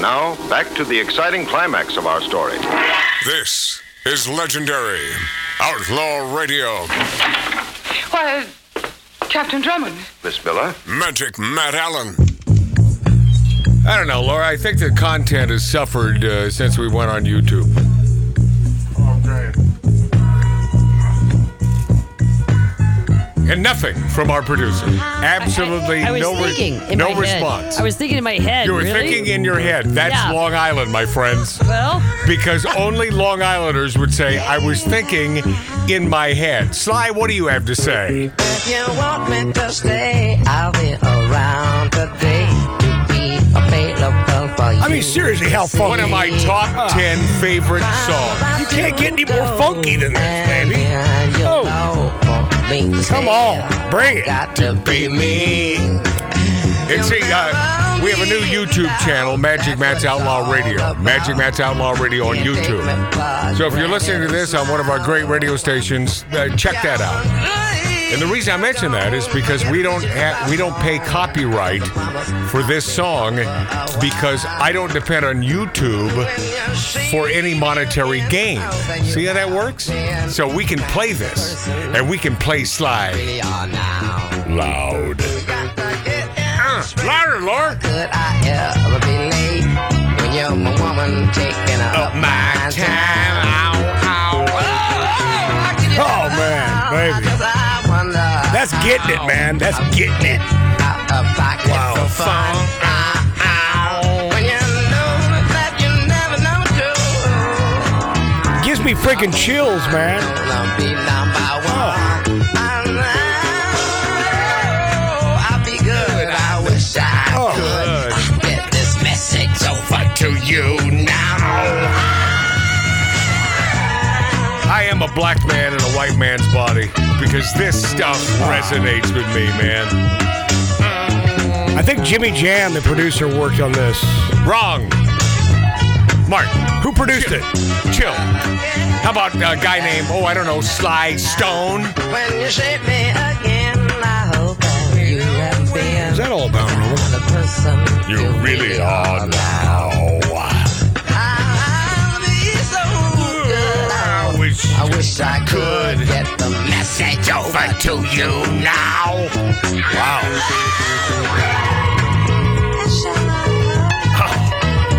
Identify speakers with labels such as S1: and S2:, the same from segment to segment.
S1: now, back to the exciting climax of our story.
S2: This is legendary Outlaw Radio.
S3: Why, uh, Captain Drummond.
S1: Miss Miller?
S2: Magic Matt Allen.
S4: I don't know, Laura. I think the content has suffered uh, since we went on YouTube. And nothing from our producer. Absolutely
S5: I was
S4: no, re-
S5: thinking in
S4: no
S5: my head.
S4: response.
S5: I was thinking in my head.
S4: you were
S5: really?
S4: thinking in your head. That's
S5: Yeah.
S4: Long Island, my friends.
S5: Well,
S4: Because only Long Islanders would say, I was thinking in my head. Sly, what do you have to say?
S6: If you want me to stay, I'll be around today to be available for you.
S7: I mean, seriously, how Ah. funky.
S4: One of my top 10 favorite songs.
S7: You can't get any more funky than this, baby.
S6: And you
S7: Oh.
S6: know for me.
S7: Come on, bring it.
S6: Got to be me.
S4: And see, uh, we have a new YouTube channel, Magic Matt's Outlaw Radio. Magic Matt's Outlaw Radio on YouTube. So if you're listening to this on one of our great radio stations, uh, check that out. And the reason I mention that is because we don't ha- we don't pay copyright for this song because I don't depend on YouTube for any monetary gain. See how that works? So we can play this and we can play Sly
S6: We are now.
S4: loud.
S6: Got to get in
S4: Uh, louder, Laura.
S6: Could I ever be late when you're my woman taking up
S4: My time. Ow, ow.
S7: Oh, man, baby. That's getting it, man. That's getting it. Wow. Gives me freaking chills, man. Oh. Oh.
S4: Oh.
S6: To you now.
S4: I am a black man in a white man's body because this stuff resonates with me, man.
S7: I think Jimmy Jam, the producer, worked on this.
S4: Wrong. Mark,
S7: Who produced it?
S4: chill. How about a guy named, oh, I don't know, Sly Stone?
S6: When you shape me again, I hope that you have been
S7: Is that all about? Robert?
S6: the person
S4: You really are now.
S6: I'll be so good. I
S4: I wish
S6: I wish I could get the message over to you now.
S4: Wow.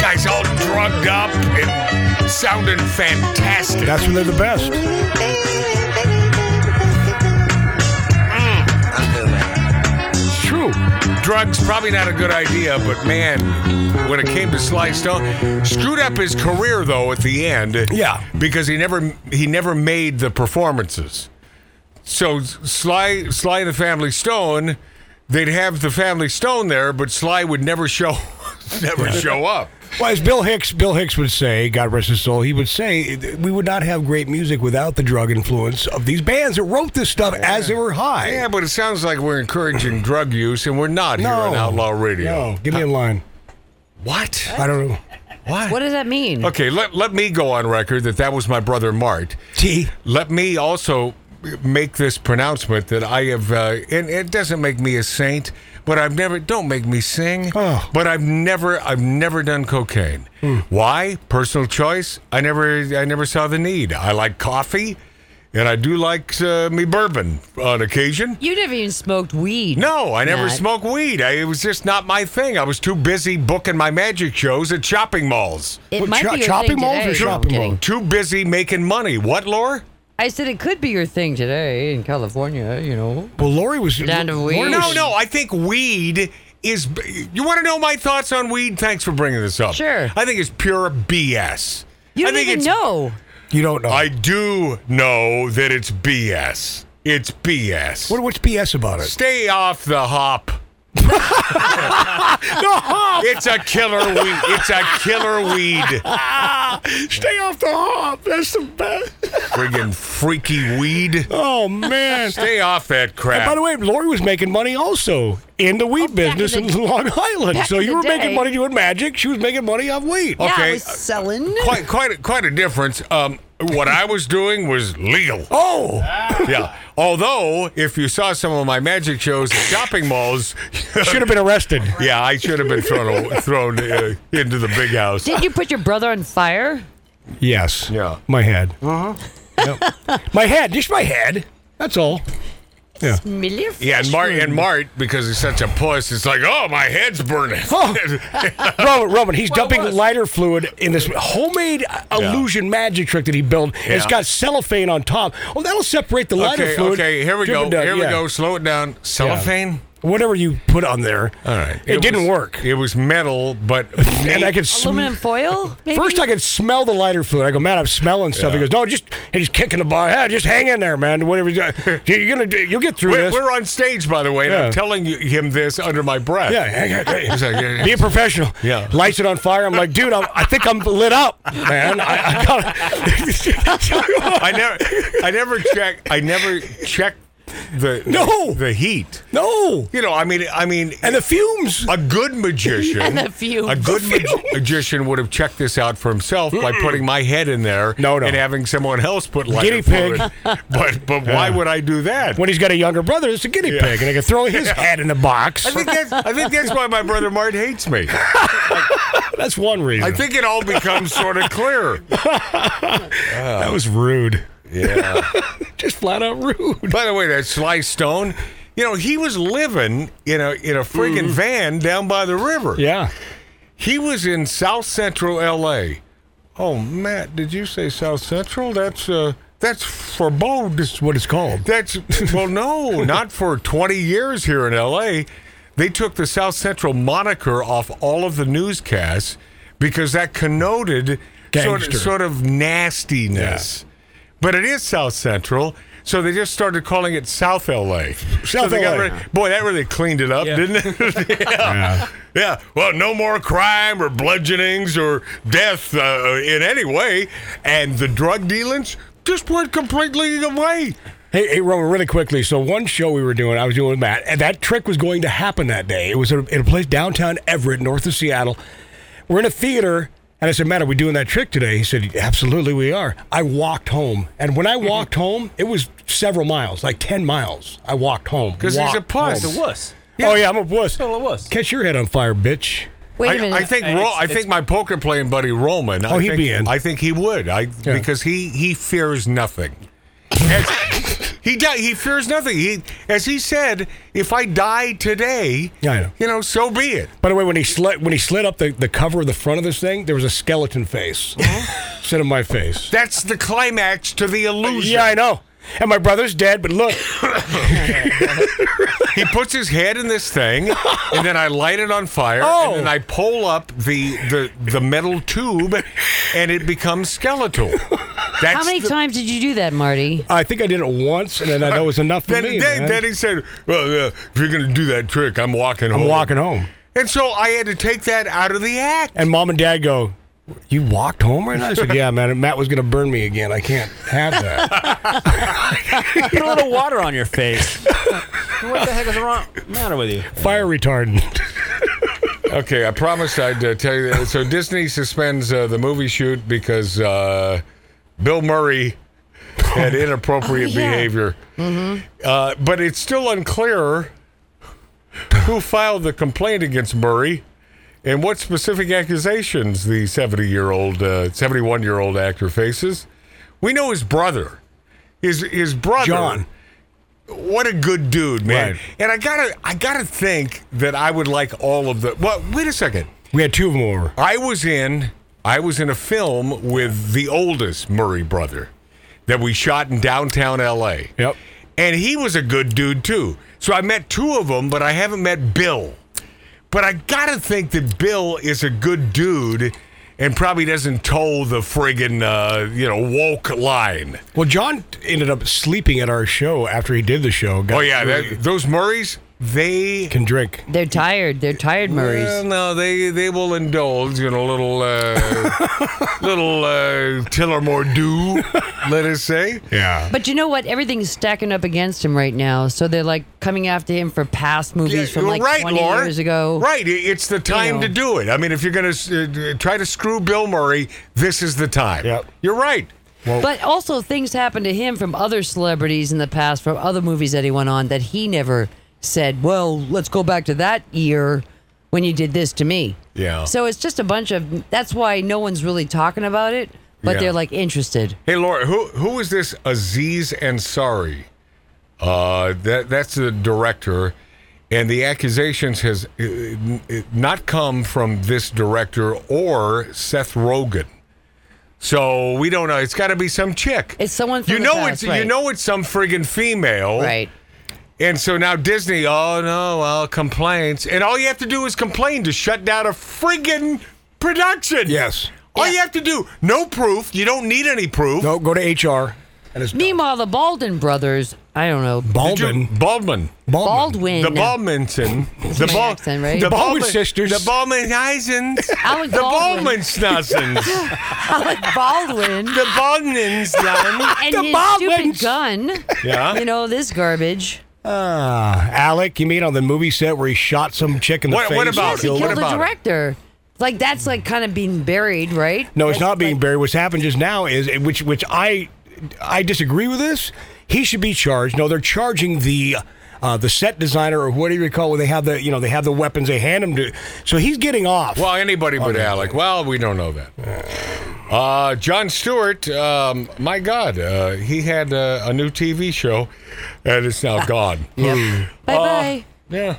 S4: Guys all drugged up and sounding fantastic.
S7: That's when they're the best. It's true.
S4: Drugs probably not a good idea, but man, when it came to Sly Stone, screwed up his career though at the end.
S7: Yeah.
S4: because he never he never made the performances. So Sly Sly and the Family Stone, they'd have the Family Stone there, but Sly would never show never show up.
S7: Well, as Bill Hicks, Bill Hicks would say, God rest his soul, he would say, we would not have great music without the drug influence of these bands that wrote this stuff as they were high.
S4: Yeah, but it sounds like we're encouraging drug use, and we're not here on Outlaw Radio.
S7: No, give me a line.
S4: What?
S7: I don't know.
S5: what does that mean?
S4: Okay, let, let me go on record that that was my brother Mart.
S7: T.
S4: Let me also make this pronouncement that I have, uh, and it doesn't make me a saint, but I've never. Don't make me sing.
S7: Oh.
S4: But I've never, I've never done cocaine. Why? Personal choice. I never, I never saw the need. I like coffee, and I do like uh, me bourbon on occasion.
S5: You never even smoked weed.
S4: No, I never
S5: Matt.
S4: smoked weed. I, it was just not my thing. I was too busy booking my magic shows at shopping malls.
S5: It
S7: Well,
S5: might
S7: cho-
S5: be your
S7: chopping
S5: thing
S7: malls or
S5: today.
S7: shopping
S5: I'm kidding.
S7: malls?
S4: Too busy making money. What, Laura?
S5: I said it could be your thing today in California. You know.
S7: Well, Lori was.
S5: Down to
S7: Lori
S5: weed.
S4: No,
S7: was-
S4: no. I think weed is. You want to know my thoughts on weed? Thanks for bringing this up.
S5: Sure.
S4: I think it's pure BS.
S5: You
S4: I
S5: don't
S4: think
S5: even
S4: it's,
S5: know.
S7: You don't know.
S4: I do know that it's BS. It's BS.
S7: what, what's BS about it?
S4: Stay off the hop. It's a killer weed. It's a killer weed.
S7: Stay off the hop. That's the best.
S4: Friggin' freaky weed.
S7: Oh, man.
S4: Stay off that crap.
S7: And by the way, Lori was making money also in the weed business
S5: Oh, in
S7: in,
S5: the-
S7: Long Island.
S5: back
S7: So
S5: in
S7: you
S5: the
S7: were
S5: day.
S7: making money doing magic. She was making money off weed.
S5: Yeah, I
S4: Okay. uh,
S5: was selling.
S4: quite quite a, quite a difference. Um, what I was doing was legal.
S7: Oh,
S4: Yeah. Although, if you saw some of my magic shows at shopping malls,
S7: should have been arrested.
S4: yeah, I should have been thrown thrown uh, into the big house.
S5: Did you put your brother on fire?
S7: Yes.
S4: Yeah. Uh-huh.
S7: My head. Uh huh. my head. Just my head. That's all.
S5: Million?
S4: Yeah, and Mart and Mart because he's such a puss. It's like, oh, my head's burning.
S7: Oh. Roman, Roman, he's
S4: Well, it
S7: dumping
S4: was.
S7: lighter fluid in this homemade illusion magic trick that he built. and It's
S4: Yeah.
S7: got cellophane on top. Oh, that'll separate the lighter
S4: okay,
S7: fluid.
S4: okay, here we go.
S7: dripping down-
S4: here we
S7: yeah.
S4: go. Slow it down. Cellophane.
S7: Whatever you put on there.
S4: All right.
S7: It, didn't
S4: was-
S7: work.
S4: It was metal, but
S7: And I could sm-
S5: Aluminum foil? Maybe?
S7: First, I could smell the lighter fluid. I go, man, I'm smelling stuff. He
S4: Yeah.
S7: goes, no, just he's kicking the bar. Hey, just hang in there, man. Whatever you do- you're gonna, do, you'll get through
S4: we're,
S7: this.
S4: we're on stage, by the way. And
S7: Yeah.
S4: I'm telling you, him this under my breath.
S7: yeah, hang in-
S4: He's like, yeah,
S7: Be a professional.
S4: Yeah.
S7: Lights it on fire. I'm like, dude, I'm, I think I'm lit up, man. I, I got.
S4: I never, I never check. I never check the
S7: No.
S4: the heat.
S7: no.
S4: You know, I mean, I mean,
S7: And the fumes.
S4: a good magician,
S5: And the fumes.
S4: a good ma- magician would have checked this out for himself by putting my head in there,
S7: No, no.
S4: and having someone else put lighter
S7: Guinea pig.
S4: fluid. But but why would I do that?
S7: When he's got a younger brother, it's a guinea
S4: Yeah.
S7: pig, and I can throw his head in the box.
S4: I think that's I think that's why my brother Mart hates me.
S7: That's one reason.
S4: I think it all becomes sort of clear.
S7: that was rude.
S4: Yeah.
S7: Just flat out rude.
S4: By the way, that Sly Stone, you know, he was living in a in a friggin' van down by the river.
S7: Yeah.
S4: He was in South Central L.A. Oh, Matt, did you say South Central? That's uh, that's forebode.
S7: This is what it's called.
S4: That's well, no, not for 20 years here in L.A. They took the South Central moniker off all of the newscasts because that connoted sort of,
S7: Gangster.
S4: sort of nastiness. But it is South Central, so they just started calling it South L.A. So
S7: South
S4: they got
S7: LA.
S4: rid- boy, that really cleaned it up, didn't it? Yeah, well, no more crime or bludgeonings or death uh, in any way. And the drug dealings just went completely away.
S7: Hey, hey, Roman, really quickly. So one show we were doing, I was doing with Matt, and that trick was going to happen that day. It was at a- in a place downtown Everett, north of Seattle. We're in a theater, and I said, Matt, are we doing that trick today? He said, absolutely we are. I walked home. And when I walked home, it was several miles, like 10 miles. I walked home.
S4: Because he's a
S7: Walked
S4: puss.
S7: home.
S4: He's a
S8: Wuss.
S7: Oh, yeah, I'm a wuss.
S8: Still a wuss.
S7: Catch your head on fire, bitch.
S5: Wait a
S4: I,
S5: minute.
S4: I think
S8: Hey,
S4: Ro-
S8: it's-
S4: I think my poker playing buddy Roman.
S7: Oh,
S4: I
S7: he'd
S4: think,
S7: be in.
S4: I think he would. I because he he fears nothing. As- he di- he fears nothing. He as he said, if I die today,
S7: Yeah, I know.
S4: you know, so be it.
S7: By the way, when he slid when he slid up the, the cover of the front of this thing, there was a skeleton face instead of my face.
S4: That's the climax to the illusion.
S7: Yeah, I know. And my brother's dead, but look,
S4: He puts his head in this thing, and then I light it on fire,
S7: Oh.
S4: and then I pull up the, the the metal tube, and it becomes skeletal. That's
S5: How many
S4: the-
S5: times did you do that, Marty?
S7: I think I did it once, and then I know it was enough for
S4: Then,
S7: me.
S4: then,
S7: man.
S4: then he said, "Well, uh, if you're going to do that trick, I'm walking
S7: I'm
S4: home."
S7: walking home,
S4: And so I had to take that out of the act.
S7: and mom and dad go, "You walked home right now?" I said, "Yeah, man. and Matt was going to burn me again. I can't have that."
S8: Put a little water on your face. what the heck is wrong? matter with you?
S7: Fire retardant.
S4: Okay, I promised I'd uh, tell you. That. So Disney suspends uh, the movie shoot because uh, Bill Murray had inappropriate
S5: Oh, yeah. Mm-hmm.
S4: behavior. Uh, but it's still unclear who filed the complaint against Murray and what specific accusations the 70-year-old, uh, 71-year-old actor faces. We know his brother. His his brother
S7: John.
S4: what a good dude, man.
S7: Right.
S4: And I gotta, I gotta think that I would like all of the. Well, wait a second.
S7: We had two of them over.
S4: I was in, I was in a film with the oldest Murray brother that we shot in downtown L.A.
S7: Yep.
S4: And he was a good dude too. So I met two of them, but I haven't met Bill. But I gotta think that Bill is a good dude. And probably doesn't toe the friggin' uh, you know woke line.
S7: Well, John ended up sleeping at our show after he did the show. Got
S4: Oh yeah,
S7: really-
S4: that, those Murrays, they
S7: can drink.
S5: They're tired. They're tired,
S4: Well,
S5: Murray's.
S4: no, they they will indulge in a little uh, little uh, Tillermore do, let us say.
S7: Yeah.
S5: But you know what? Everything's stacking up against him right now. So they're like coming after him for past movies from like
S4: right,
S5: 20
S4: Laura.
S5: years ago.
S4: Right, i- it's the time
S5: know.
S4: to do it. I mean, if you're going to uh, try to screw Bill Murray, this is the time.
S7: Yep.
S4: You're right.
S5: but also, things happened to him from other celebrities in the past, from other movies that he went on, that he never said, well, let's go back to that year when you did this to me.
S4: Yeah.
S5: So it's just a bunch of, that's why no one's really talking about it, but
S4: Yeah.
S5: they're like interested.
S4: Hey, Laura, who who is this Aziz Ansari? Uh, that that's the director, and the accusations has uh, n- not come from this director or Seth Rogen. So we don't know. It's got to be some chick.
S5: It's someone from
S4: you
S5: the
S4: know
S5: past,
S4: it's you
S5: right.
S4: know it's some friggin' female,
S5: Right.
S4: And so now Disney, oh no, well complaints, and all you have to do is complain to shut down a friggin' production.
S7: Yes.
S4: All you have to do, no proof. You don't need any proof.
S7: No, go to HR. And it's
S5: Meanwhile, the Baldwin brothers, I don't know,
S4: Did you-
S7: Baldwin.
S4: Baldwin.
S5: Baldwin,
S4: The Baldwinson. The
S5: my
S4: Bal-
S5: accent, uh, right?
S4: The
S7: Baldwin
S4: Baldwin
S7: sisters.
S4: The Baldwin Heisens.
S5: Alec
S4: The
S5: Baldwin.
S4: Baldwin Schnauzens.
S5: Alec Baldwin,
S4: The Baldwin's done.
S5: and
S7: The
S5: his
S7: Baldwins.
S5: stupid gun.
S4: Yeah.
S5: You know this garbage.
S7: Ah, Alec, you mean on the movie set where he shot some chick in the
S4: What-
S7: face?
S4: what about
S7: and
S4: it?
S5: He
S7: killed
S4: What
S7: her?
S5: killed
S4: about
S5: the
S4: it?
S5: director. Like that's like kind of being buried, right?
S7: No, it's
S5: That's
S7: not being
S5: like-
S7: buried. What's happened just now is which which I I disagree with this. He should be charged. No, they're charging the uh, the set designer or whatever you call it. They have the you know they have the weapons. They hand him to. So he's getting off.
S4: Well, anybody but Alec. Well, we don't know that. Uh, John Stewart, um, my God, uh, he had uh, a new TV show, and it's now gone.
S5: Bye bye.
S4: Yeah.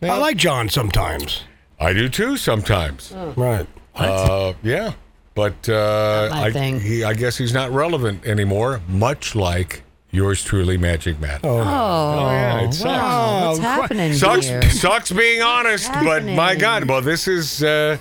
S7: I like John sometimes.
S4: I do too sometimes.
S5: Oh.
S7: Right.
S4: Uh, yeah, but uh,
S5: my
S4: I,
S5: thing.
S4: he, I guess he's not relevant anymore. Much like yours truly, Magic Matt. Oh, yeah, it sucks.
S5: wow, what's happening here?
S4: Sucks, sucks being honest, but my
S5: happening?
S4: God, well, this is, uh,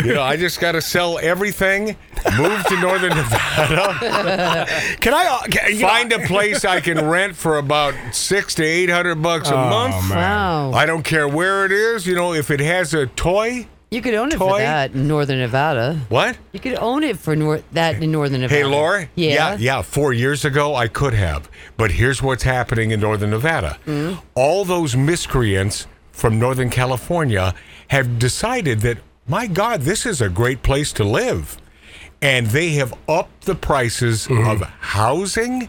S4: you know, I just got to sell everything, move to Northern Nevada,
S7: Can I uh, can, you know,
S4: find a place I can rent for about six to eight hundred bucks a month.
S5: Wow,
S4: I don't care where it is, you know, if it has a toy,
S5: you could own it
S4: Toy?
S5: for that in Northern Nevada.
S4: what?
S5: You could own it for nor- that in Northern Nevada.
S4: Hey, Laura.
S5: Yeah.
S4: yeah. yeah, Four years ago, I could have. But here's what's happening in Northern Nevada
S5: Mm.
S4: all those miscreants from Northern California have decided that, my God, this is a great place to live. And they have upped the prices
S5: Mm-hmm.
S4: of housing,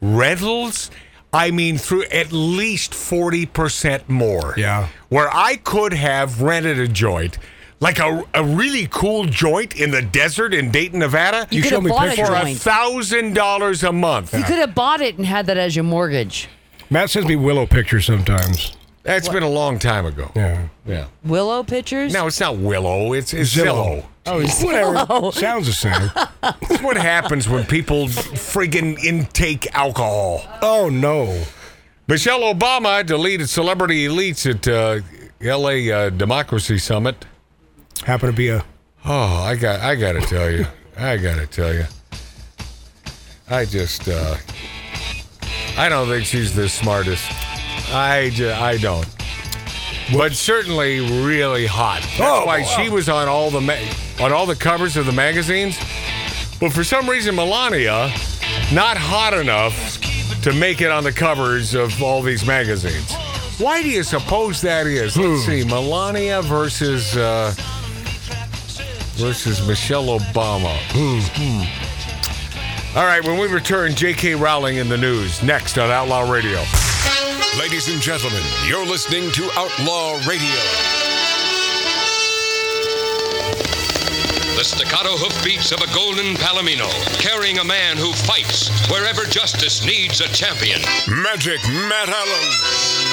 S4: rentals. I mean, through at least 40% more.
S7: Yeah.
S4: Where I could have rented a joint, like a, a really cool joint in the desert in Dayton, Nevada
S5: You,
S7: You
S5: could
S7: show
S5: have
S7: me
S5: bought a
S7: pictures.
S4: for a
S5: joint.
S4: thousand dollars a month.
S5: You could have bought it and had that as your mortgage.
S7: Matt sends me willow pictures sometimes.
S4: That's been a long time ago.
S7: Yeah.
S4: Yeah.
S5: Willow pictures.
S4: No, it's not Willow. It's, it's
S7: Zillow.
S4: Zillow.
S5: Oh,
S7: Whatever.
S5: Zillow.
S7: Sounds the same.
S4: It's what happens when people friggin' intake alcohol.
S7: oh no.
S4: Michelle Obama deleted celebrity elites at uh, L.A. Uh, Democracy Summit.
S7: Happened to be a
S4: Oh, I got I gotta tell you, I gotta tell you, I just uh, I don't think she's the smartest. I ju- I don't. But certainly really hot. That's
S7: Oh,
S4: why
S7: wow.
S4: she was on all the ma- on all the covers of the magazines. But for some reason, Melania not hot enough to make it on the covers of all these magazines. Why do you suppose that is?
S7: Hmm.
S4: Let's see, Melania versus. Uh, versus Michelle Obama. All right, when we return, J.K. Rowling in the news next on Outlaw Radio.
S9: Ladies and gentlemen, you're listening to Outlaw Radio.
S10: The staccato hoofbeats of a golden palomino, carrying a man who fights wherever justice needs a champion.
S9: Magic Matt Allen.